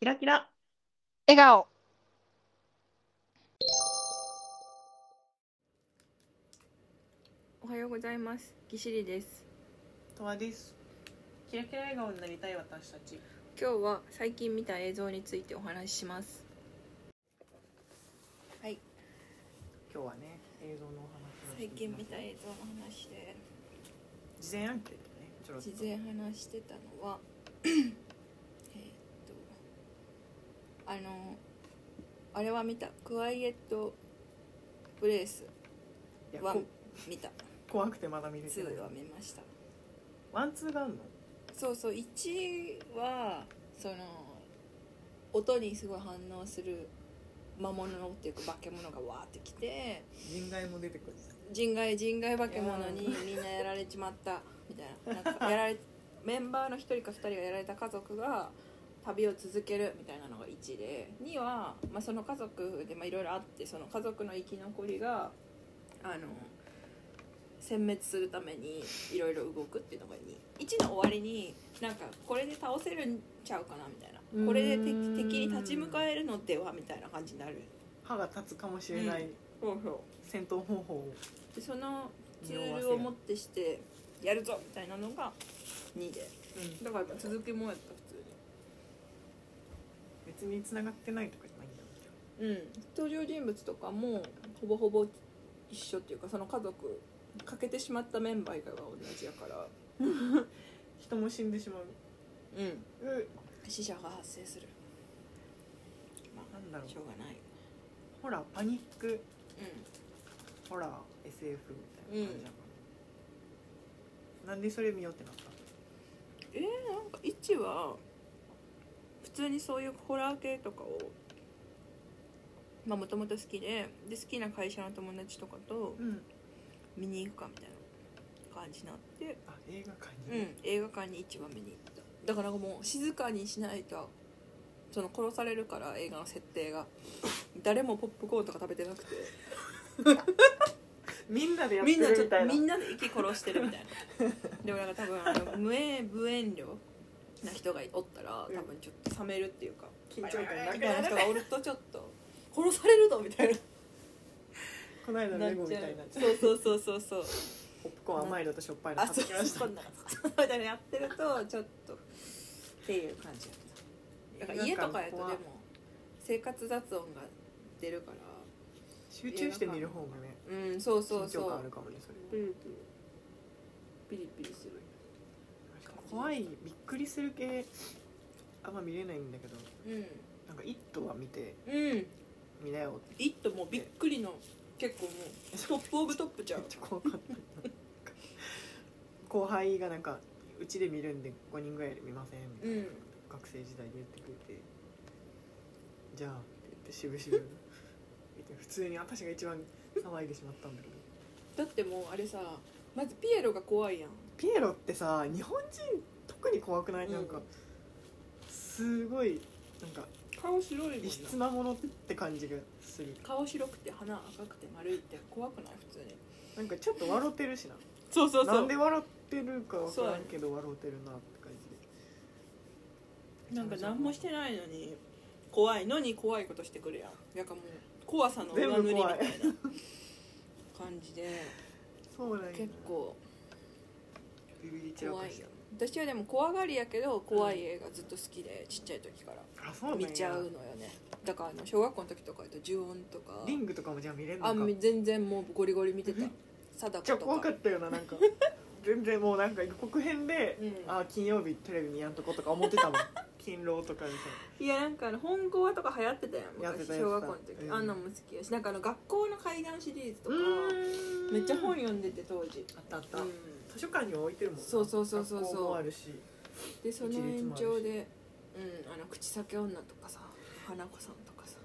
キラキラ。笑顔おはようございます。ぎしりです。とわです。キラキラ笑顔になりたい私たち。今日は最近見た映像についてお話しします。はい、今日はね、映像のお話をして最いき近ま見すた映像の話で、事前アンケートね。ちょろっと事前話してたの は、えーっと、あの、あれは見た、クワイエットブレイスいやはこ見た、怖くてまだ見れて2ない。は見ました。ワンツーがあるの。そうそう1はその音にすごい反応する魔物っていうか化け物がわーってきて人外も出てくる。人外人外化け物にみんなやられちまったみたいななんかやられ メンバーの1人か2人がやられた家族が旅を続けるみたいなのが1で2は、まあ、その家族でまあいろいろあってその家族の生き残りがあの殲滅するためにいろいろ動くっていうのが21の終わりになんかこれで倒せるんちゃうかなみたいなこれでうーん敵敵に立ち向かえるのではみたいな感じになる歯が立つかもしれないそうそう戦闘方法を。でそのツールを持ってしてやるぞみたいなのが2でうんだから続きもやった別に繋がってないとかじゃないんだろうけど。普通にうん登場人物とかもほぼほぼ一緒っていうかその家族欠けてしまったメンバー以外は同じやから人も死んでしまう。うんうう死者が発生するまなんだろあうしょ。うがないほらパニック。ほら SF みたいな感じだから。なんでそれ見ようってなった。うんなんか1は普通にそういうホラー系とかをまあもともと好きでで好きな会社の友達とかとうん。見に行くかみたいな感じになって、あ、映画館うに。ん、映画館に一番見に行っただからなんかもう静かにしないとその殺されるから映画の設定 が誰もポップコーンとか食べてなくてみんなでやってみんなちるょっみたといなみ。んなで息殺してるみたい なでもなんか多分あの無遠無遠慮な人がおったら多分ちょっと冷めるっていうか緊張感なみくたないなる人がおるとちょっと殺されるぞみたいなこの間のレゴみたい なそうそうそうそうそうポップコーン甘いのとしょっぱいのあ買っそてうきましたそんなみたいなやってるとちょっとっていう感じだっただから家とかやとでも生活雑音が出るから集中して見る方がねうんそうそう緊そ張感あうるかもねそれピリピリピリピリする怖いびっくりする系あんま見れないんだけどうんなんか「イット!」は見てうん見なよって「イット!」もうびっくりの結構もうトップオブトップちゃめうっちゃ怖かった後輩がなんか「うちで見るんで5人ぐらいで見ません」みたういなん学生時代に言ってくれて「じゃあ」って言ってしぶしぶ見て普通に私が一番騒いでしまったんだけどだってもうあれさまずピエロが怖いやんピエロってさ日本人特に怖くない、うんなんかすごいなんか顔白いもん異質なものって感じがする顔白くて鼻赤くて丸いって怖くない普通になんかちょっと笑ってるしなそうそうなんで笑ってるか分からんけど笑ってるなって感じでなんか何もしてないのに怖いのに怖いことしてくるやんなんかもう怖さの全上塗部りみた怖いいな感じでそうなんや結構ビビり散ら怖かいした私はでも怖がりやけど怖い映画ずっと好きでちっちゃい時からあそうなんや見ちゃうのよねだからあの小学校の時とかだと呪音とかリングとかもじゃあ見れんのかあめみっ全然もうゴリゴリ見てた貞ちゃ子と怖かかったよななん か全然もうなんか予告編で、うんあ金曜日テレビにやんとことか思 ってたもん勤労とかみたいないやなんかあの本郷とか流行ってたやんやって昔たやってた小学校の時、うんあんなんも好きやしなんかあの学校の怪談シリーズとかうーんめっちゃ本読んでて当時あったあった、うん図書館に置いてるもんなそうそうそうそうそう学校もあるしでその延長で、うん、あの口裂け女とかさ花子さんとかさ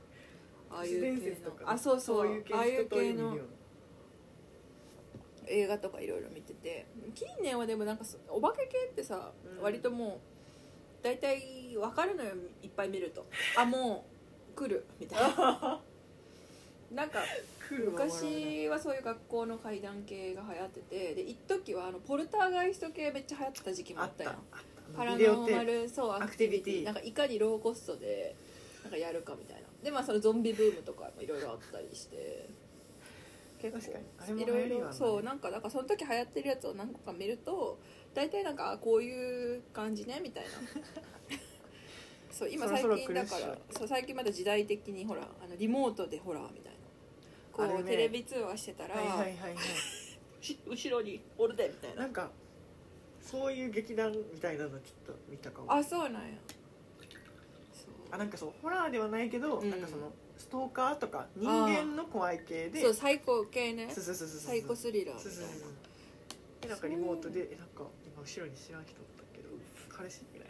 ああい都市う系伝説とのかねあそうそういう系ああいう系のの映画とかいろいろ見てて近年はでもなんかそお化け系ってさ、うん割ともう大体わかるのよいっぱい見るとあもう来るみたいな なんか昔はそういう学校の怪談系が流行っててで一時はあのポルターガイスト系めっちゃ流行ってた時期もああっったたやあんったのパラビデオノテーマープルそうアアクテクティィビビテティィなんかいかにローコストでなんかやるかみたいなでまあそのゾンビブームとかもいろいろあったりして結確かにあれ構もいろい流行りはろねそうなんかだからその時流行ってるやつを何個か見ると大体なんかあこういう感じねみた いなそう今そろ最そろ近だか来るらっそう最近まだ時代的にほらあのリモートでホラーみたいなこあれねう、テレビ通話してたら、はいはいはいはいし後ろにおるでみたいななんかそういう劇団みたいなのちょっと見たかもあそうなんやそうあなんかそうホラーではないけど、うんなんかそのストーカーとか人間の怖い系でそう最高系ねそうそうそうそうサイコスリラーみたそうそいうそうそうなでなんかリモートでえなんか今後ろに知らん人おったけど彼氏みたいな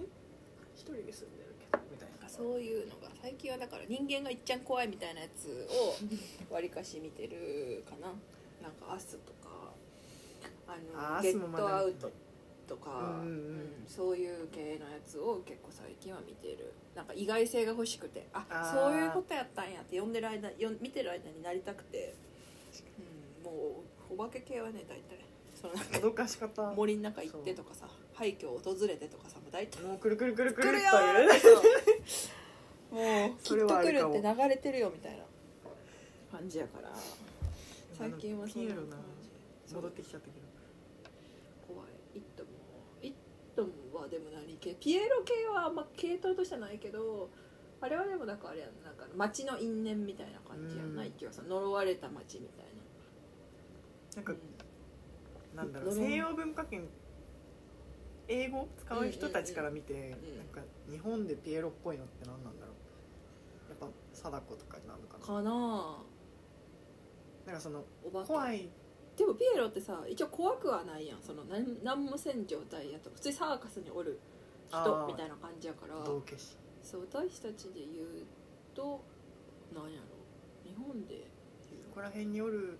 え一人で住んでるけどみたいなんなかそういうのが最近はだから人間がいっちゃん怖いみたいなやつ をわりかし見てるかななんか「アスとか「あのあーゲ明日もッまだ見てないトアウト」とか、うんうんうんうんそういう系のやつを結構最近は見てるなんか意外性が欲しくてああーそういうことやったんやって読んでる間読ん見てる間になりたくて、うん、もうお化け系はね大体そのなんか脅かし方も森の中行ってとかさ廃墟を訪れてとかさもう大体うくるくるくるくる来っるとよいうーもうそきれっとはある来るかもって流れてるよみたいな感じやから最近はそピんエなロ感なじ戻ってきちゃったけど怖い「イット！」も「イット！」はでも何系ピエロ系はあんま系統としてないけどあれはでもなんかあれやんなんか街の因縁みたいな感じやんなうん一応さ呪われた街みたいななんか、なんだろう呪い西洋文化圏英語使う人たちから見て、うんなんか日本でピエロっぽいのって何なんだろうやっぱ貞子とかなのかなかなあなんかそのお化け怖いでもピエロってさ一応怖くはないやんその何何もせん状態やと普通にサーカスにおる人あーみたいな感じやから道化師そう私たちで言うとなんやろ日本でそこら辺におる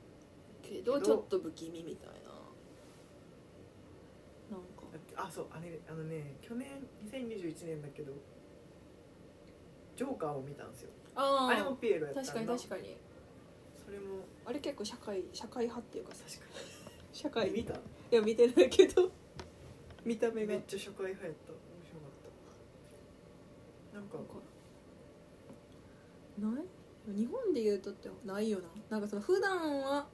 けけどどちょっと不気味みたいななんかあそうあれあのね去年2021年だけどジョーカーを見たんですよああれもあピエロやったん確かに確かにそれもあれ結構社会社会派っていうかさ確か社会に見たいや見てないけど見た目がめっちゃ初回派やった面白かったなんかなんかない日本で言うとってないよななんかその普段は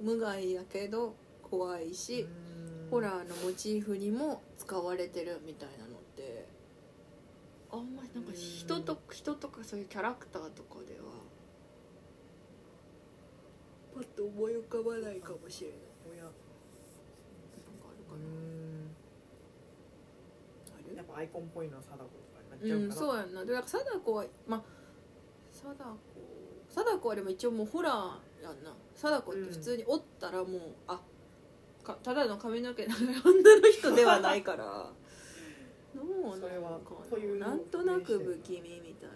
無害やけど怖いし、ホラーーのモチーフにも使われてるみたいなのってあんまりなんか人と人とかそういうキャラクターとかではパッと思い浮かばないかもしれない親なんかあるかうな、んあるやっぱアイコンっぽいのは貞子とかになっちゃうん、うから、そうやんなでなんか貞子はまあ貞子貞子はでも一応もうホラーやんな貞子って普通におったらもう、あかただの髪の毛 の女の人ではないから どうそなれはのかそういうのなをなんとなく不気味みたい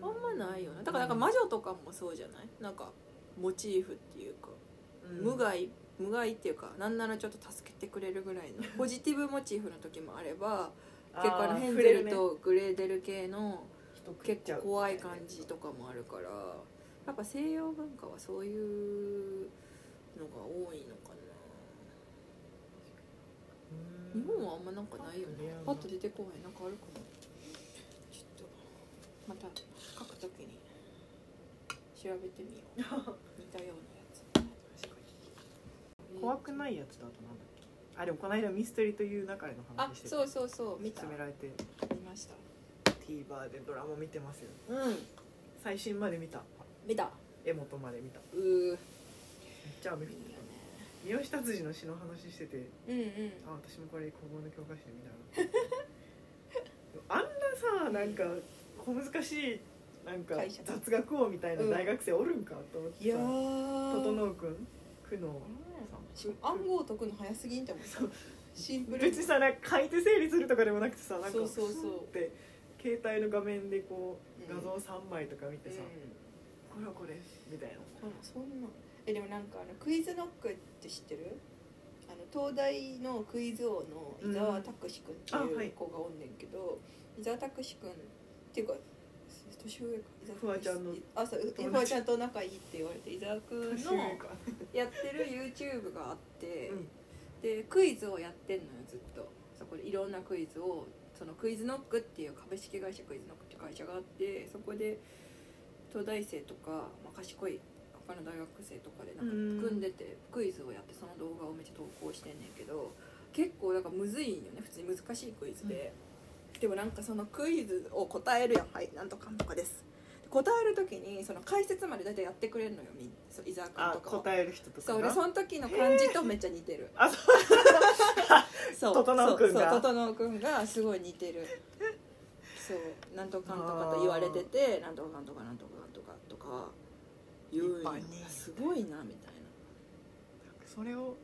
なあんまないよなだからなんか魔女とかもそうじゃないなんかモチーフっていうかうん無害無害っていうかなんならちょっと助けてくれるぐらいのポジティブモチーフの時もあればあー結構あのヘン触ゼれるルねとグレーデル系の人食っ結ちゃう構怖い感じとかもあるからやっぱ西洋文化はそういうのが多いのかなうん日本はあんまなんかないよねパパッッとと出出てこないなんかあるかもちょっとまた書くときに調べてみよ う似たようなやつ確かに怖くないやつだとなんだっけあでもこの間ミステリという中でのあ話してそうそうそう見た勧められて見ました TVer でドラマ見てますようん最新まで見た見た柄本まで見ためっうーいいよちゃ雨降ってた三好達治の詩の話しててねうんうんあ私もこれ高校の教科書で見たな あんなさなんか小難しいなんか会社雑学王みたいな大学生おるんかと思っいてやさー整君苦悩し暗号を解くの早すぎんじゃんシンプル別にさなんか書いて整理するとかでもなくてさなんかそうそうそうふんって携帯の画面でこううん画像3枚とか見てさうん「これはこれ」みたいなあそんなえでもなんかあのクイズノックって知ってるあの東大のクイズ王の伊沢拓司君うんあってはいいう子がおんねんけど、伊沢拓司君っていうか年上か伊沢拓司フワちゃんのあそう達フワちゃんと仲いいって言われて伊沢君年の上かやってる YouTube があって、うんでクイズをやってんのよずっとそこでいろんなクイズをそのクイズノックっていう株式会社クイズノックって会社があってそこで東大生とか、まあ、賢い他の大学生とかでなんうんか組んでてクイズをやってその動画をめっちゃ投稿してんねんけど結構だからむずいんよね普通に難しいクイズで、でもなんかそのクイズを答えるやんはいなんとかなんとかです答える時にその解説まで大体やってくれるのよみんそう伊沢君あとかは答える人とかそうなでその時の感じとめっちゃ似てるあそうそう整君がそうそう整君がすごい似てるそうなんとかなんとかと言われててなんとかなんとかなんとかなんとかとか言うんよ一般にすごいなみたいそれを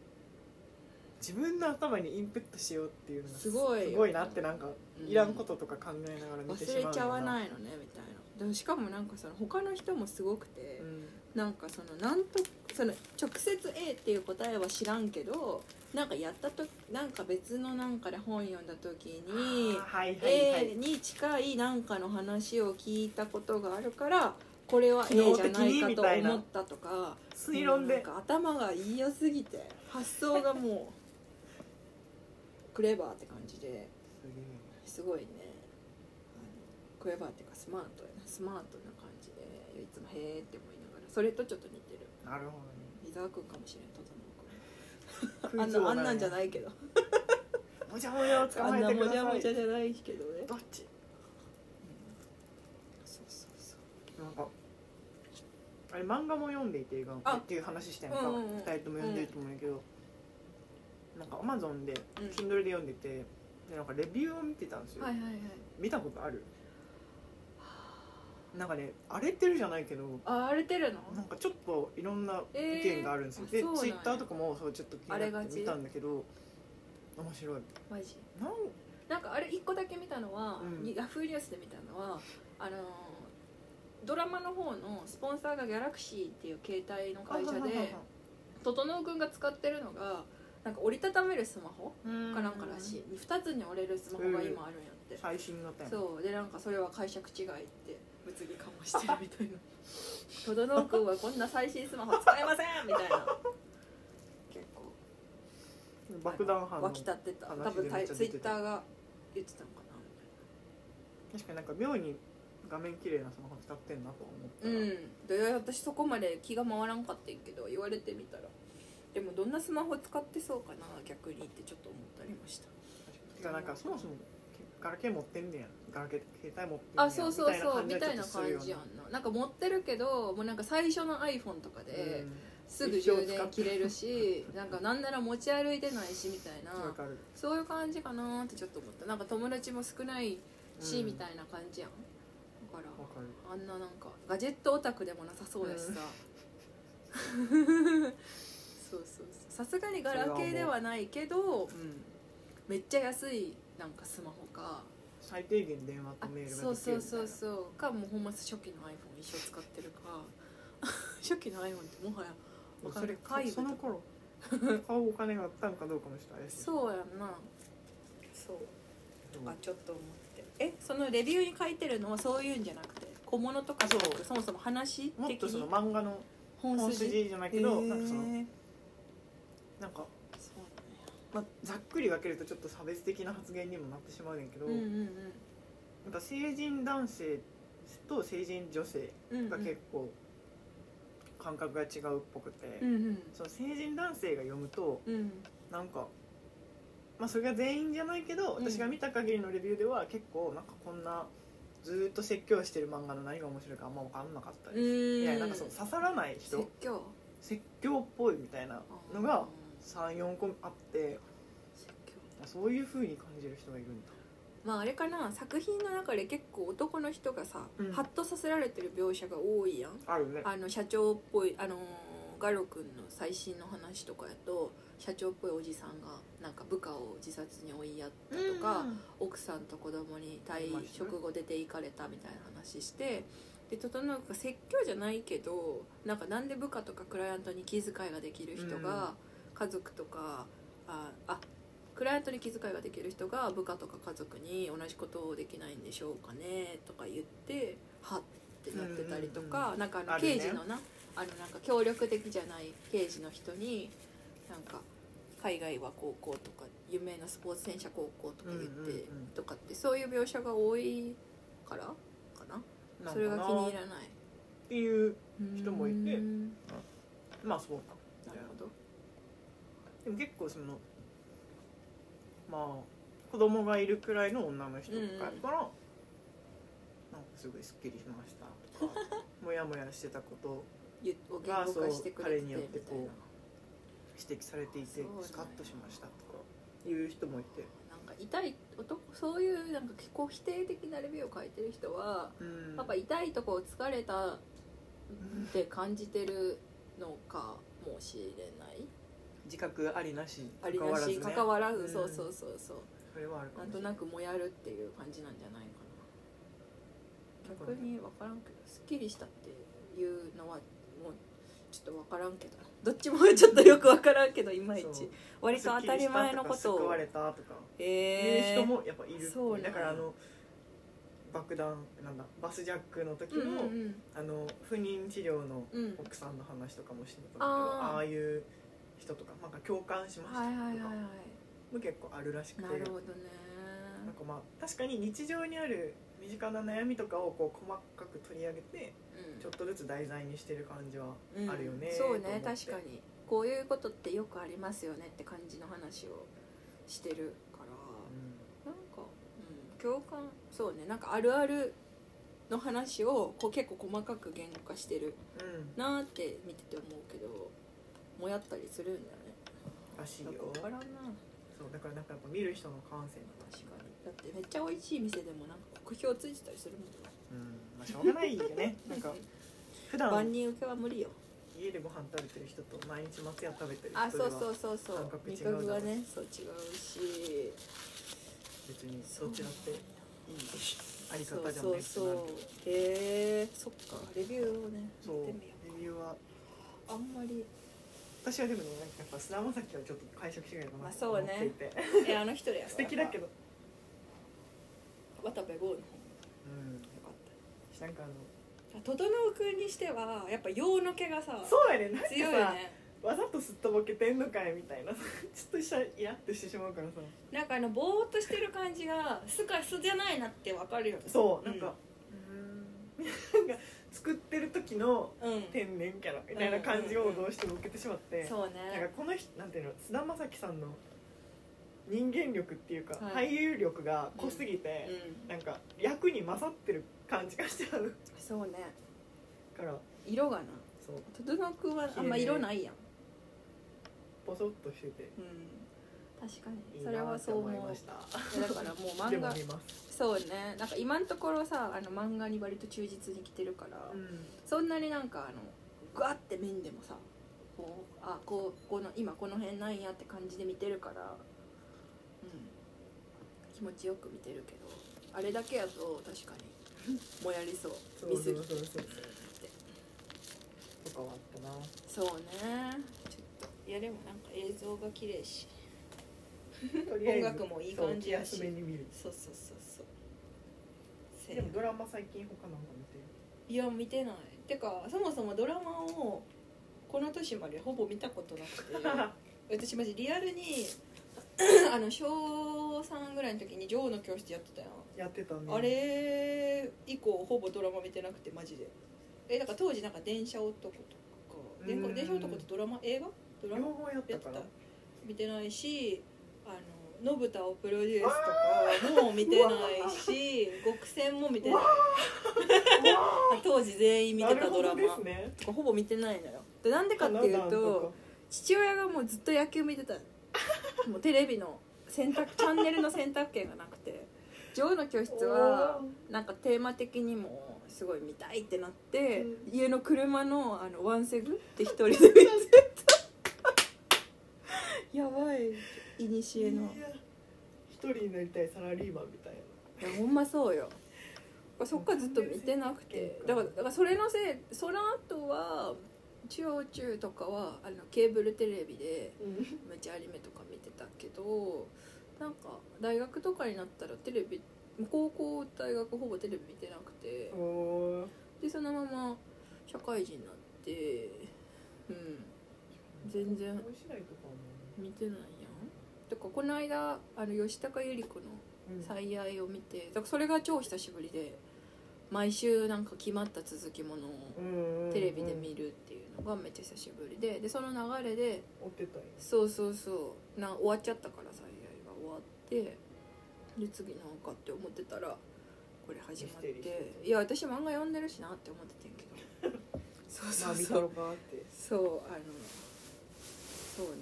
自分の頭にインプットしようっていうのがすごいよすごいなってなんかうんいらんこととか考えながらな見てしまう忘れちゃわい、ないのねみたいなでもしかもなんかその他の人もすごくて、うん、なんかそのなんとその直接 A っていう答えは知らんけどなんかやったとなんか別のなんかで本読んだ時にあーはいはいはい、 A に近いなんかの話を聞いたことがあるからこれは機 A 能じゃ的ないにかみとたいな思ったとか推論もうでなんか頭がいいよすぎて発想がもうクレバーって感じですごいねあのクレバーっていうかスマートやなスマートな感じでいつも「へーって思いながらそれとちょっと似てるなるほ伊沢君かもしれんとどねあんなあんなんじゃないいけどもじゃもじゃをあ捕んまえなてくもだじさいゃもじゃじゃないけどねどっちそうそうそうなんかあれ漫画も読んでいて映画あっていう話したやんか、うんうんうん2人とも読んでると思うんやけど、なんかアマゾンでうん Kindle で読んでてでなんかレビューを見てたんですよ、はいはいはい見たことあるなんかね荒れてるじゃないけどあ荒れてるのなんかちょっといろんな意見があるんですよ、えーであそうツなんイやッターとかもそうちょっと気になあれっがてち見たんだけど面白いマジなんなんかあれ一個だけ見たのは、うんヤフーニュースで見たのはあのードラマの方のスポンサーがギャラクシーっていう携帯の会社で整君が使ってるのがなんか折りたためるスマホかなんからしい2つに折れるスマホが今あるんやって、最新の点そうでなんかそれは解釈違いって物議かもしてるみた いな「とどのくんはこんな最新スマホ使えません!」みたいな結構爆弾犯湧のき立ってた多話で分めタっイちゃツ出イてッたターが言ってたのかなみ確かになんか妙に画面綺麗なスマホ使ってんなと思ったたいら、なうんで私そこまで気が回らんかったんやけど言われてみたらでもどんなスマホ使ってそうかな逆にってちょっと思ったりましたてかなんかそもそもガラケー持ってんねやガラケー携帯持ってんねやあそうそうそうみみたたいいなな感じ感はちじょやっとんななんか持ってるけどもうなんか最初の iPhone とかするよでねすぐ充電切れるしなんかなんなら持ち歩いてないしみたいうんわなかるそういう感じかなってちょっと思ったなんか友達も少ないし、うんみたいな感じやんだからわかるあんななんかガジェットオタクでもなさそうやしさ、 そうそうそうさすがにガラケーではないけどうんめっちゃ安いなんかスマホか最低限電話あとメールができるみたいなそうそうそうそうかもうほんま初期の iPhone 一生使ってるか 初期の iPhone ってもはやわかそれる介そ護のとか頃 買うお金があったのかどうかもちょっと怪しいそうやんなそうでともかちょっと思ってえそのレビューに書いてるのはそういうんじゃなくて小物とかじゃなくそうそもそも話もっ的とそのに漫画の本本筋筋じゃないけど、なんかそのへーなんか、そうまあ、ざっくり分けるとちょっと差別的な発言にもなってしまうねんけど、だねなんか成人男性と成人女性うんうんうんが結構感覚が違うっぽくて、うんうんその成人男性が読むとうんなんか、まあ、それが全員じゃないけどうん私が見た限りのレビューでは結構なんかこんなずーっと説教してる漫画の何が面白いかあんま分かんなかったうり、んいやなんかその刺さらない説人教説教っぽいみたいなのうがん34個あって説教あそういう風に感じる人がいるんだまああれかな作品の中で結構男の人がさ、うんハッとさせられてる描写が多いやんあるねあの社長っぽいあのーガロ君の最新の話とかやと社長っぽいおじさんがなんか部下を自殺に追いやったとか、奥さんと子供に退職後出て行かれたみたいな話してで整君が説教じゃないけどなんかなんで部下とかクライアントに気遣いができる人が家族とかああクライアントに気遣いができる人が部下とか家族に同じことをできないんでしょうかねとか言ってはってなってたりとうんうか、なんかああのるね刑事のなあのなんか協力的じゃない刑事の人になんか海外は高校とか有名なスポーツ選手は高校とか言って、うんうんうんとかってそういう描写が多いからかななそれんがか気なにっ入らないていう人もいてうんまあそうかなるほどでも結構そのまあ子供がいるくらいの女の人とかやから、なんかすごいすっきりしましたとかモヤモヤしてたことをゆを言語化してくまあそう彼れててみたいによってこうな指摘されていてそうなんやスカッとしましたとかいう人もいてなんか痛い男そういうなんか結構否定的なレビューを書いてる人は、うんやっぱ痛いとこ疲れたって感じてるのかもしれない自覚ありなしありなし関関わわららずねずそううそんうそうそうそれはあるかなもしんとれないなくもやるっていう感じなんじゃないかな逆に分からんけどすっきりしたっていうのはもうちょっと分からんけどどっちもちょっとよく分からんけどいまいそうち割と当たり前のこすっときりしたか救をわれたとかいうえ人もやっぱいるそうなんやだからあの爆弾なんだバスジャックの時うんの、うんうんあの不妊治療のうん奥さんの話とかもしてたんだけど、あーああいう人とかなんか共感しましたとはかいはいはいはも結構あるらしくいてなるほどねなんかまあ確かに日常にある身近な悩みとかをこう細かく取り上げてうんちょっとずつ題材にしてる感じはうんあるよね、そうね確かににこういうことってよくありますよねって感じの話をしてるからなんか、うん、共感そうねなんかあるあるの話をこう結構細かく言語化してるうん、うんなーって見てて思うけどもやったりするんだよねらしいよよくわからんなそうだからなんかやっぱ見る人の感性確かにだってめっちゃ美味しい店でもなんか酷評ついてたりするもんねうんまあ しょうがないよねなん か普段万人受けは無理よ家でご飯食べてる人と毎日松屋食べてるあ人でそうはそうそうそう感覚違う味だろう覚がねそう違うし別にどっちだっていいありそう方じゃないってそうなそるうけどへえー、そっかレビューをねそう見てみよレビューはうあんまり私はでもねなんかやっぱ菅田将暉はちょっと解釈違いかまなあとそう思ねっていて、 えあの人だよ素敵だけど、渡部豪のう方が良かったん、なんかあの整君にしてはやっぱ陽の毛がさそうやねなんかさ強いよねわざとすっとぼけてんのかいみたいな ちょっとしたらイラッとしてしまうからさなんかあのぼーっとしてる感じがスカスじゃないなってわかるよねそうなんか、うん、なんか作ってる時のうん、天然キャラみたいな感じをどうしても受けてしまって、そうなんかねこの人なんていうの菅田将暉さんの人間力っていうか、はい俳優力が濃すぎて、うんなんか役に勝ってる感じがしちゃうそうねから色がなそう整君はあんま色ないやん、ボソッとしててうん、確かいにいそれなはってそう思思いまうしただからもうで漫も画見ます、そうねなんか今のところさあの漫画に割と忠実に来てるから、うんそんなになんかあのグワって面でもさこうあこうこの今この辺なんやって感じで見てるからうん気持ちよく見てるけどあれだけやと確かに もやりそうそう見そすうぎそうそうてとかはあったなそうねちょっといやでもなんか映像が綺麗しとりあえず 音楽もいい感じやそしう気休めに見るそうそうそうそうせでやもドラマ最近他なんか見て るいや見てないてかそもそもドラマをこの年までほぼ見たことなくて私マジリアルに あの小3ぐらいの時に「女王の教室」やってたよ、やってたねあれ以降ほぼドラマ見てなくてマジでえだから当時なんか電車男とか電うん電車男ってドラマ映画ドラ両マ方やったやってかたら見てないしあの信太をプロデュースとかもう見てないし極戦も見てない当時全員見てたドラなるマほどですねほ,、ぼ見てないのよでなんでかっていうと父親がもうずっと野球見て たもうテレビの選択チャンネルの選択権がなくて女王の教室はなんかテーマ的にもすごい見たいってなって、う家の車のあのワンセグって一人で見てたやばいいにしえのいや一人になりたいサラリーマンみたいないやほんまそうよそっからずっと見てなくてだからだからそれのせいその後は中央中とかはあのケーブルテレビでうんめっちゃアニメとか見てたけどなんか大学とかになったらテレビ高校大学ほぼテレビ見てなくておーでそのまま社会人になってうん全然面白いとかも見てないんやとかこの間あの吉高由里子のうん「最愛」を見てだからそれが超久しぶりで毎週なんか決まった続きものをうんうんテレビで見るっていうのがめっちゃ久しぶりででその流れで追ってたよそうそうそうな終わっちゃったから最愛が終わってで次なんかって思ってたらこれ始まっミステリーていや私漫画読んでるしなって思っててんけど そうまそあう見そたうろかってそうあのそうね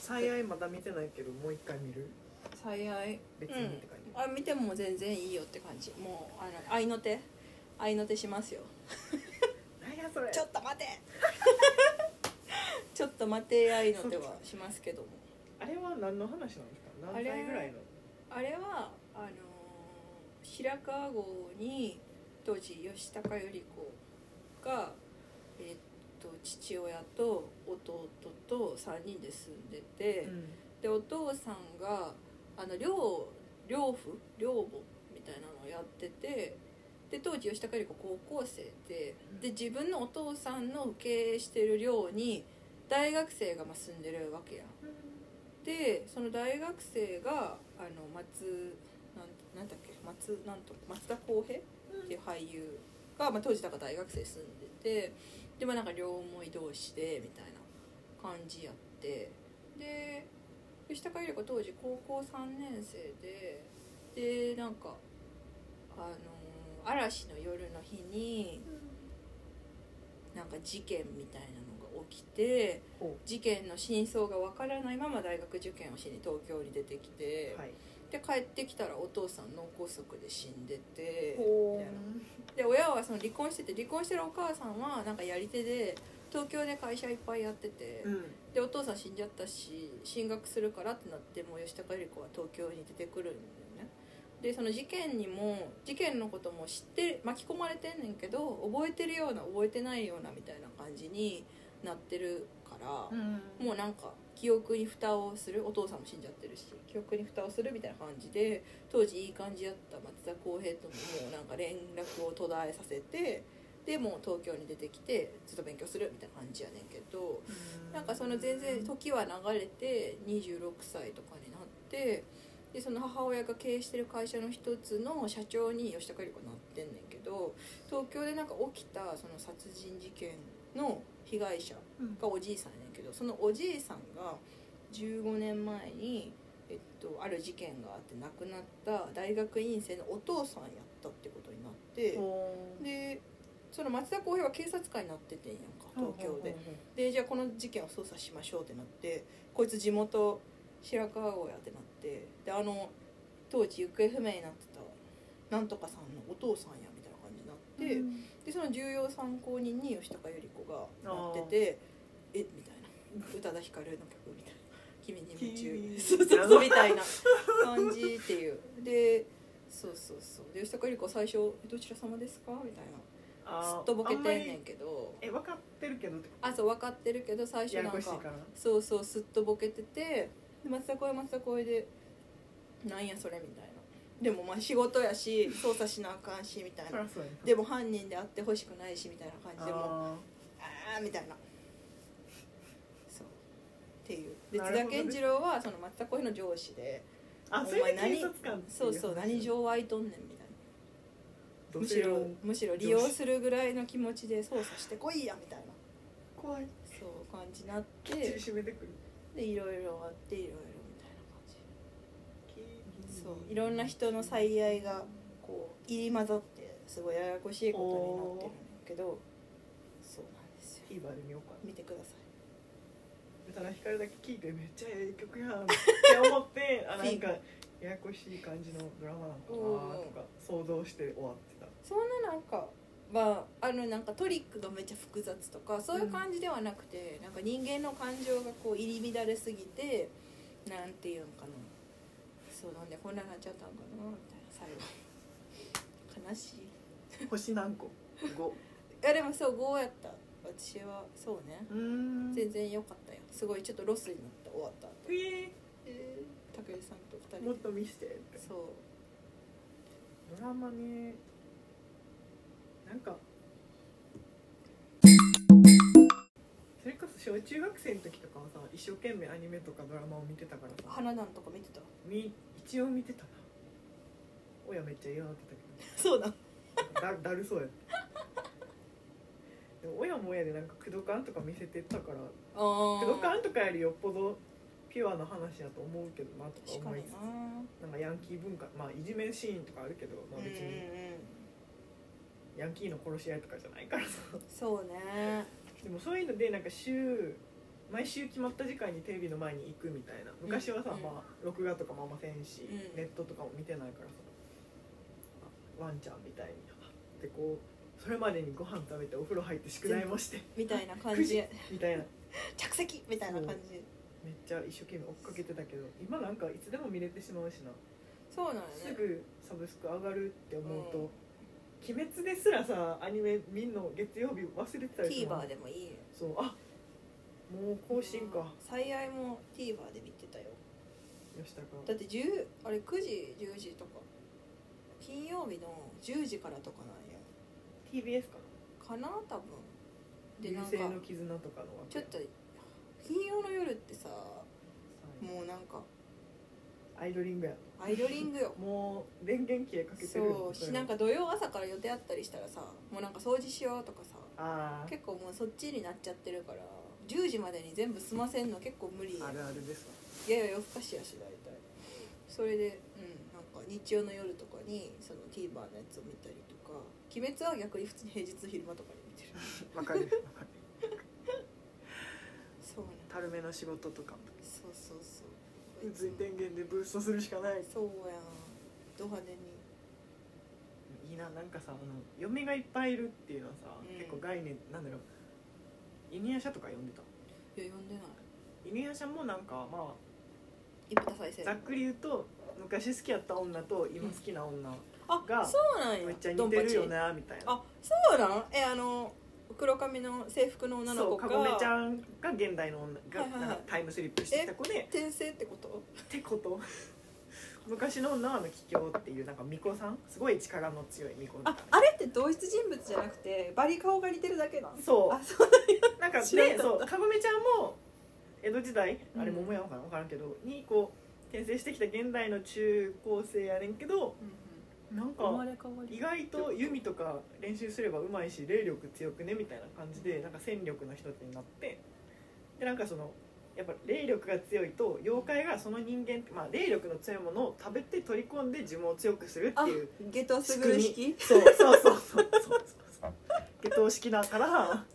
最愛まだ見てないけどもう一回見る最愛別にって感じ、あ見ても全然いいよって感じもうあの愛の手愛の手しますよ何やそれちょっと待て ちょっと待て愛の手はしますけどもあれは何の話なんですか何歳ぐらいのあれはあのー白川郷に当時吉高由里子が、えっと父親と弟と3人で住んでて、うんでお父さんがあの寮寮夫寮母みたいなのをやっててで当時吉高由里子高校生でで自分のお父さんの経営してる寮に大学生がまあ住んでるわけやん。でその大学生があの松なんなんだっけ松なんと松田浩平っていう俳優が、まあ、当時だから大学生住んでてでもなんか両思い同士でみたいな感じやってで吉高由里子当時高校3年生ででなんかあの嵐の夜の日になんか事件みたいなのが起きて。お事件の真相がわからないまま大学受験をしに東京に出てきて、はいで帰ってきたらお父さん脳梗塞で死んでてほで親はその離婚してて離婚してるお母さんはなんかやり手で東京で会社いっぱいやってて、うんでお父さん死んじゃったし進学するからってなってもう吉高由里子は東京に出てくるんだよねでその事件にも事件のことも知って巻き込まれてんねんけど覚えてるような覚えてないようなみたいな感じになってるから、うんもうなんか記憶に蓋をするお父さんも死んじゃってるし記憶に蓋をするみたいな感じで当時いい感じだった松田浩平とももうなんか連絡を途絶えさせてでもう東京に出てきてずっと勉強するみたいな感じやねんけどなんかその全然時は流れて26歳とかになってでその母親が経営してる会社の一つの社長に吉高由里子なってんねんけど東京でなんか起きたその殺人事件の被害者うんがおじいさんやねんけどそのおじいさんが15年前に、えっと、ある事件があって亡くなった大学院生のお父さんやったってことになってほうでその松田浩平は警察官になっててんやんか東京ででじゃあこの事件を捜査しましょうってなってこいつ地元白川郷やってなってであの当時行方不明になってたなんとかさんのお父さんやみたいな感じになって。うんでその重要参考人に吉高由里子がなってて「えみたいな宇多田ヒカルの曲みたいな「君に夢中」君そうそうそうみたいな感じっていうでそうそうそうで吉高由里子最初「えどちら様ですか?」みたいなすあーっとボケてんあねまんりけどえ分かってるけどってあそう分かってるけど最初やなやんこしいかからそうそうすっとボケててで松田声松田声で「なんやそれ」みたいなでもまあ仕事やし捜査しなあかんしみたいそなりゃそうやなでも犯人であってほしくないしみたいな感じでもうあああみたいなそうっていうでなるほ津ど田ね健次郎はその松田浩平の上司でーあおそれ前で何警察官っていそうそう何情湧いとんねんみたいなどむちしらもろむしろ利用するぐらいの気持ちで操作してこいやみたいな怖いそう感じになっ口て締めてくるでいろいろあっていろいろみたいな感じそういろんな人の最最愛がこう入り混ざってすごいややこしいことになってるんだけどそうなんですよ TVer で見ようか見てくださ宇多田ヒカルだけ聴いてめっちゃええ曲やんって思って あなんかややこしい感じのドラマなのかなとか想像して終わってたいそんななんかまあ、あのなんかトリックがめっちゃ複雑とかそういう感じではなくて、なんか人間の感情がこう入り乱れすぎてなんていうんかなそうなんでこんなになっちゃったんかなみたいな最後悲しい星何個五。いやでもそう5やった私はそうねうーん全然良かったよすごいちょっとロスになった終わった後ええ武井さんとー2も人っでと見せてってそうドラマねなんかそれこそ小中学生の時とかはさ一生懸命アニメとかドラマを見てたからさ花壇とか見てたみ一応見てたな親めっちゃ嫌がってたけどそうだだだ るそうやでも親も親でなんか「クドカン」とか見せてったから「あークドカン」とかよりよっぽどピュアな話やと思うけどなとか確か思いにつなつなんかヤンキー文化まあいじめシーンとかあるけど、まあ、別うんうんにうんヤンキーの殺し合いとかじゃないからさそうねでもそういうのでなんか週毎週決まった時間にテレビの前に行くみたいな昔はさ、うんまあ、録画とかもあんませんし、うんネットとかも見てないからさワンちゃんみたいにでこうそれまでにご飯食べてお風呂入って宿題もしてみたいな感9時じみたいな着席みたいな感じめっちゃ一生懸命追っかけてたけど今なんかいつでも見れてしまうしなそうなのねすぐサブスク上がるって思うとうん「鬼滅」ですらさアニメ見んの月曜日忘れてたりする TVer でもいいよそうあもう更新か最愛も TVer で見てたよ吉高だって10あれ9時10時とか金曜日の10時からとかなんや TBS かなかな多分で流なんか星の絆とかのわちけょっと金曜の夜ってさもうなんかアイドリングやアイドリン グよもう電源切れかけてるそうしなんかか土曜朝から予定あったりしたらさもうなんか掃除しようとかさあ結構もうそっちになっちゃってるから10時までに全部済ませんの結構無理ああるあるですわいやいや夜更かしやし大体それでうんなんか日曜の夜とかにその TVer のやつを見たりとか「鬼滅」は逆に普通に平日昼間とかに見て るわ かるわかるそうたなんるめの仕事とかもそうそうそう別に電源でブーストするしかないそうやんド派手にいいななんかさあの嫁がいっぱいいるっていうのはさ、うん結構概念なんだろうイニアシャとか呼んでたいや呼んでないイニアシャもなんかま一夫多妻あ制ざっくり言うと昔好きやった女と今好きな女あがそうなんやめっちゃ似てるよねみたいなあそうなんえあの黒髪の制服の女のそ子うがかごめちゃんが現代の女はいはいがはいなんかタイムスリップしてきた子で転生ってことってこと 昔の女はあの桔梗っていうなんか巫女さんすごい力の強い巫女みたいああれって同一人物じゃなくてバリ顔が似てるだけなんなそうあそうなんかね知らんかったそうかごめちゃんも江戸時代うんあれ桃山かな分からんけどにこう転生してきた現代の中高生やねんけどなんかれ変わ意外と弓とか練習すればうまいし霊力強くねみたいな感じでなんか戦力の一つになってでなんかそのやっぱ霊力が強いと妖怪がその人間、まあ、霊力の強いものを食べて取り込んで呪文を強くするっあていうゲトスグル式そうそうそうそうそうそうそう下等式だから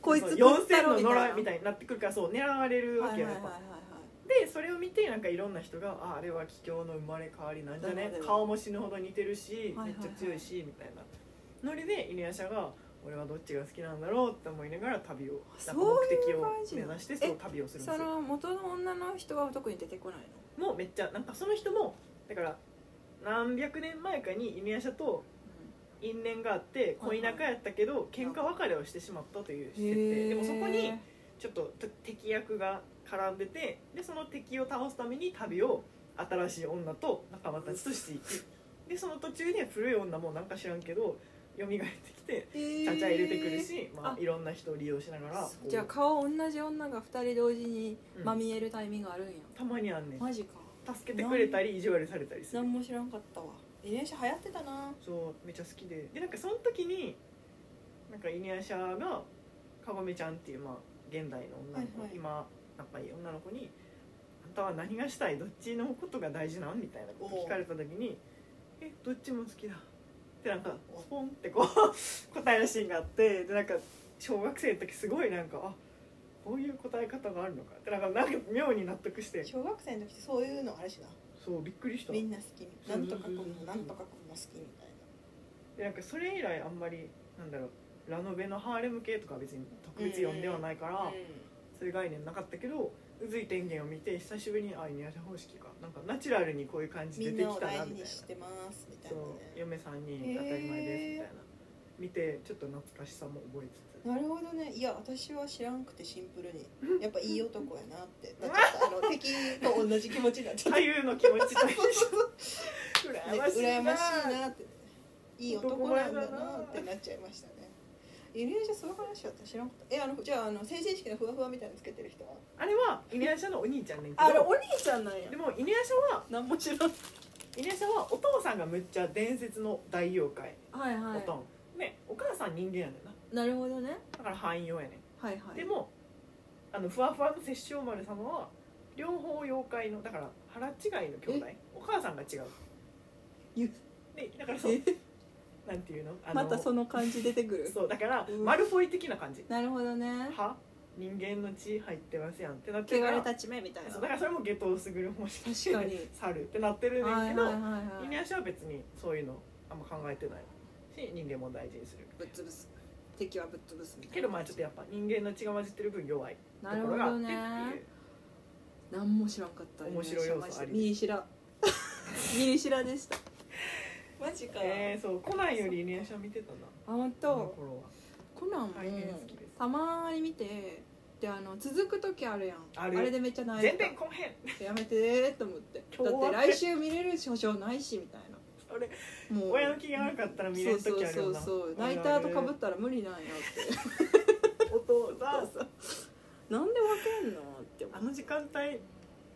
こいつ四食った千ろのみ野たい良なみたいになってくるからそう狙われるわはけいよはいやはっいぱはいでそれを見てなんかいろんな人が「ああれは桔梗の生まれ変わりなんじゃなるねほどね顔も死ぬほど似てるしはいはいめっちゃ強いし」みたいなノリで犬夜叉が「俺はどっちが好きなんだろう」って思いながら旅をなんか目的を目指してそそういうう旅をするんですそよの元の女の人は特に出てこないのもうめっちゃなんかその人もだから何百年前かに犬夜叉と因縁があって恋仲やったけど喧嘩別れをしてしまったという設定でもそこにちょっと敵役が絡んでてでその敵を倒すために旅を新しい女と仲間たちとしていくでその途中で古い女もなんか知らんけど蘇ってきてちゃちゃ入れてくるし、まああ、いろんな人を利用しながらこうじゃあ顔同じ女が2人同時にうんまみえるタイミングあるんや、たまにあんねんマジか助けてくれたり意地悪されたりする何も知らんかったわ遺伝子流行ってたなそうめっちゃ好きででなんかその時になんかイニアシャがかごめちゃんっていう、まあ、現代の女の子、はいはい今仲いい女の子に「あんたは何がしたいどっちのことが大事なん?」みたいなことおう聞かれた時に「えどっちも好きだ」ってなんかスポンってこう 答えるシーンがあってでなんか小学生の時すごいなんかあこういう答え方があるのかってなんかなんか妙に納得して小学生の時ってそういうのあるしなそうびっくりしたみんな好きなんとかくんそうそうそもうなんとかくんも好きみたいでなんかそれ以来あんまりなんだろうラノベのハーレム系とかは別に特別読んではないから、な、そういう概念なかったけど宇髄天元を見て久しぶりにあイニアシャ方式かなんかナチュラルにこういう感じみ出んてきなをたな大みた事いになしてますみたいそなうね嫁さんに当たり前ですみたいな見てちょっと懐かしさも覚えつつなるほどねいや私は知らんくてシンプルにやっぱいい男やなってなっちゃったあ の敵と同じ気持ちになっ ちゃっ太夫の気持ちと一緒た、羨ね、ましい羨なましいなっていい男なんだなってなっちゃいましたねイルヤシャその話だった知らんかったえあのじゃああの成人式のふわふわみたいなのつけてる人はあれはイネアシャのお兄ちゃんねんけあれどお兄ちゃんなんやでもイネアシャは何も知らんイネアシャはお父さんがむっちゃ伝説の大妖怪はいはおとん、ねお母さん人間やねんななるほどねだから汎用やねんはいはいでもあのふわふわの殺生丸様は両方妖怪のだから腹違いの兄弟お母さんが違うゆでだからそうえなんていうのあのまたその感じ出てくるそうだからうんマルフォイ的な感じなるほどねは人間の血入ってますやんってなってる汚かれらたち目みたいなそうだからそれも下等すぐる方式確かに猿ってなってるねんだけど、はいはいはいイはいネアシは別にそういうのあんま考えてないし人間も大事にするぶっ潰す敵はぶっ潰すみたけいどなまあちょっとやっぱ人間の血が混じってる分弱いとなるこほろがあっどてっていねう何も知らんかった面白い要素ありミニシ ラミニシラでしたマジかえー、そうコナンよりイネアシは見てたなあ本あの当頃はコナンも大変好きですたまに見てであの続く時あるやんあるれでめっちゃ泣い前て編後編たやめてーと思って今だ日っては来週見れる所長ないしみたいあれなもう親の気が悪かったら見れる時あるよなそうそうそうそうあナイるタあーるとかぶったら無理なん やってお父さんなんでわけんのって思あうの時間帯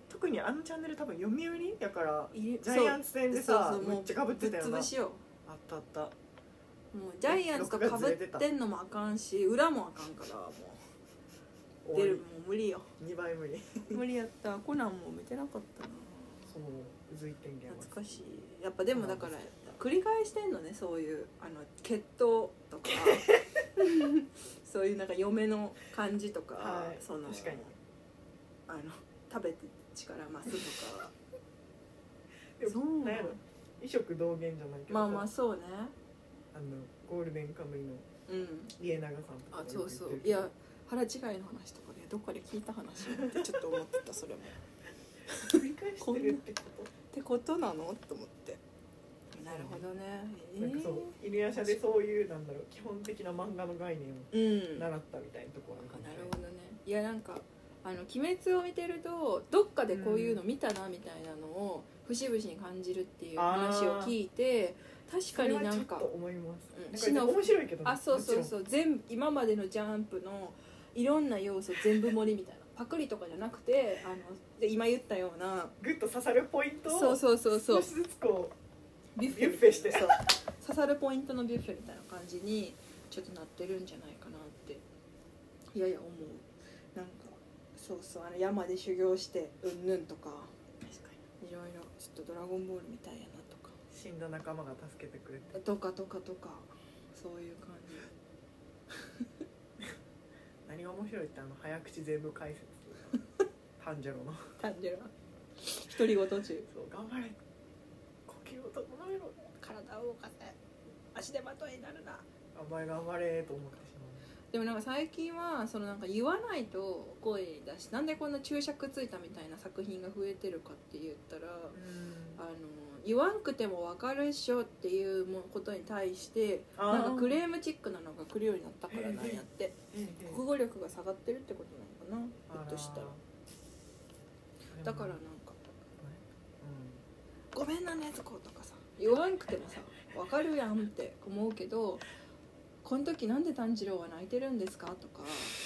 特にあのチャンネル多分読売やからいジャイアンツ戦でさそうそうめっちゃかぶってたよぶなっ潰しようあったあったもうジャイアンツとかぶってんのもあかんし裏もあかんからもう出るもう無理よ2倍無理無理やったコナンも見てなかったなそのうずいてんげんは懐かしいやっぱでもだから繰り返してんのねそういうあの血統と かそういうなんか嫁の感じとか、はいその確かにあの食べて力増すとかでもそうなんやろ異色同源じゃないけどまさあまあそうねあのゴールデンカムイのうん家長さんとかあよくそうそ言っうているや腹違いの話とかでどっかで聞いた話ってちょっと思ってたそれも繰り返してるってこってことなのと思ってなるほどねとなんかそうイヌヤシャでそういうなんだろう基本的な漫画の概念をえーうんな習るったみたいなとこあるかほもしれないどねいやなんか「あの鬼滅」を見てるとどっかでこういうの見たなみたいなのを節々に感じるっていう話を聞いて確かになんそれはかちょっと思います、うんなんかでも面白いけどねあそうそうもちろんそう全部今までのジャンプのいろんな要素全部盛りみたいなパクリとかじゃなくてあので今言ったようなグッと刺さるポイントをそうそうそうそ少うしずつこビュビュッフェしてそう刺さるポイントのビュッフェみたいな感じにちょっとなってるんじゃないかなっていやいや思うなんかそうそうあの山で修行してうんぬんとかう確かにいろいろちょっと「ドラゴンボール」みたいやなとか死んだ仲間が助けてくれてとかとかとかそういう感じ何が面白いってあの早口全部解説炭治郎 の単純な独り言中そう頑張れ呼吸を整えろ体を動かせ足でまとえになるな頑張れ頑張れと思ってしまでもなんか最近はそのなんか言わないと声だしなんでこんな注釈ついたみたいな作品が増えてるかって言ったらううんあの言わんくても分かるっしょっていうもことに対してあなんかクーレームチックなのが来るようになったからなんやってうんうん国語力が下がってるってことなのかあならひょっとしたらだからなんかう「ごめんなねずこ」とかさ言わんくてもさ分かるやんって思うけどこの時なんで炭治郎は泣いてるんですかとか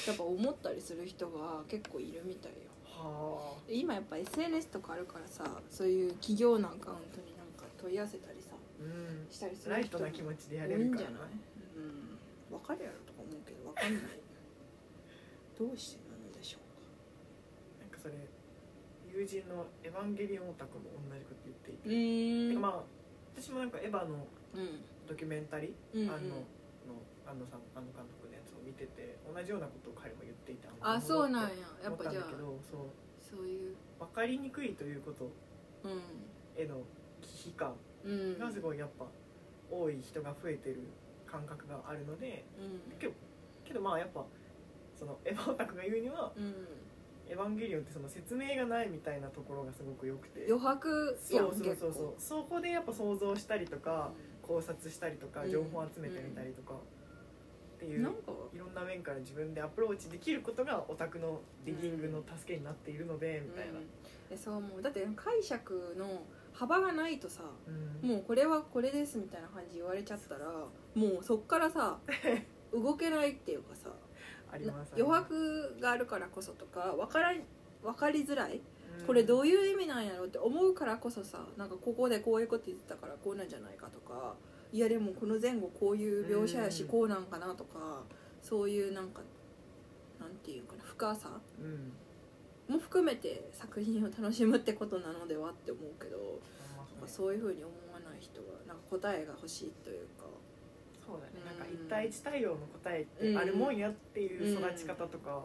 やっぱ思ったりする人が結構いるみたいよんはあ今やっぱ SNS とかあるからさそういう企業のアカウントになんか問い合わせたりさうんしたりするライ人トもな気持ちでや多れいるんかじゃらないなうんわかるやろとか思うけどわかんないどうしてなんでしょなんかそれ友人の「エヴァンゲリオンオタク」も同じこと言っていうててかかう、んまあ私もなんかエヴァのうんドキュメンタリーうんうんあのの安野さん安野監督のやつを見てて同じようなことを彼も言っていたあそうなんやや思っっぱたんじゃだあけどそうそういう分かりにくいということうへの危機感んうんがすごいやっぱ多い人が増えてる感覚があるのでうけどけどまあやっぱそのエヴァオタクが言うにはん、うん、 「エヴァンゲリオン」ってその説明がないみたいなところがすごく良くて余白やそんうそうそう結そ構うそこでやっぱ想像したりとかう考察したりとうかん情報集めてみたりとかっていんうなんかいろんな面から自分でアプローチできることがオタクのディギングの助けになっているのでみたいなうん、えそう思うだって解釈の幅がないとさうん もうこれはこれですみたいな感じ言われちゃったらもうそっからさう動けないっていうかさあります余白があるからこそとか分からん分かりづらいこれどうういう意味なんやろうって思うからこそさなんかここでこういうこと言ってたからこうなんじゃないかとかいやでもこの前後こういう描写やしうんこうなんかなとかそういうなんかなんていうかな深さうんも含めて作品を楽しむってことなのではって思うけどなんかそそういうふうに思わない人はなんか答えが欲しいというかうだねなんかうん一対一対応の答えってあるもんやっていう育ち方とか、うん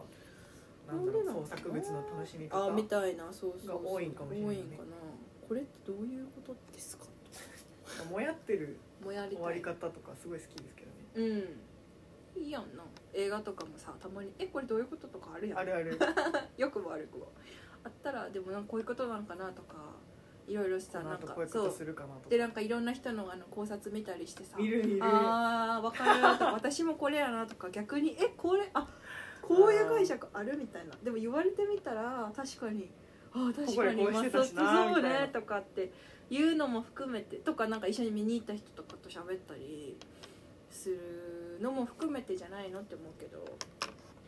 なんだなんでなろのう創作物の楽しみあ方みたいなそうそうそうが多いんかもしれないね多いんかなこれってどういうことですかもやってるもやり終たわりい方とかすごい好きですけどねうんいいやんな映画とかもさたまに「えこれどういうこと?」とかあるやんあるあ るよくも悪くもあったらでもなんかこういうことなんかなとかいろいろしこたのなん後かこういうこそとうするかなとでかなんかいろんな人のあの考察見たりしてさ見る見るあーわかるわ とか私もこれやなとか逆にえこれあこういう解釈あるみたいなでも言われてみたら確かにあー確ここかでにこうましてあそうたしなそうみたいなねとかっていうのも含めてとかなんか一緒に見に行った人とかと喋ったりするのも含めてじゃないのって思うけど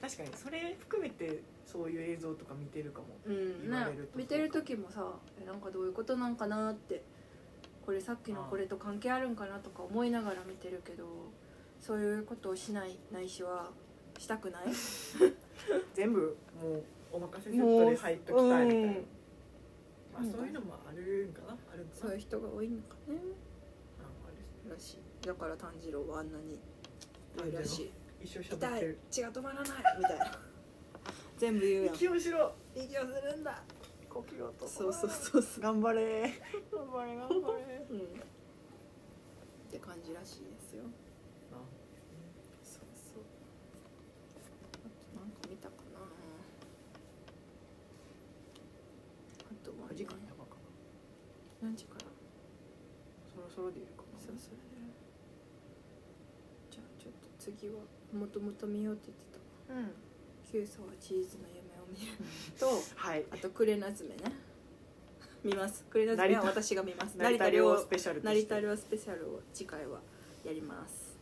確かにそれ含めてそういう映像とか見てるかもうん言ねわれるとそうか見てる時もさえなんかどういうことなんかなってこれさっきのこれと関係あるんかなとか思いながら見てるけどそういうことをしないないしはしたくない全部もうお任せセッもトうで入っときたいみたいな、うんまあ、そういうのもあるんかなあるんか そうないう人が多いのかなねんかあれですねらしいだから炭治郎はあんなに多いらしい一生しゃべっ痛ている血が止まらないみたいな 全部言うやん息をしろ息をするんだ呼吸をとそうそうそうそう頑張れ頑張 れ頑張れうんって感じらしいですよそうそうあとなんか見たかなあとは、 9時間やばかな何時からそろそろでいるかなそうそれじゃあちょっと次はもともと見ようって言ってたうん「キュウソはチーズの夢を見る」とはいあと「クレナズメね」見ますクレナズメは成田私が見ます成田凌スペシャルと成して田凌スペシャルを次回はやります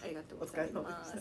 はいありがとうございます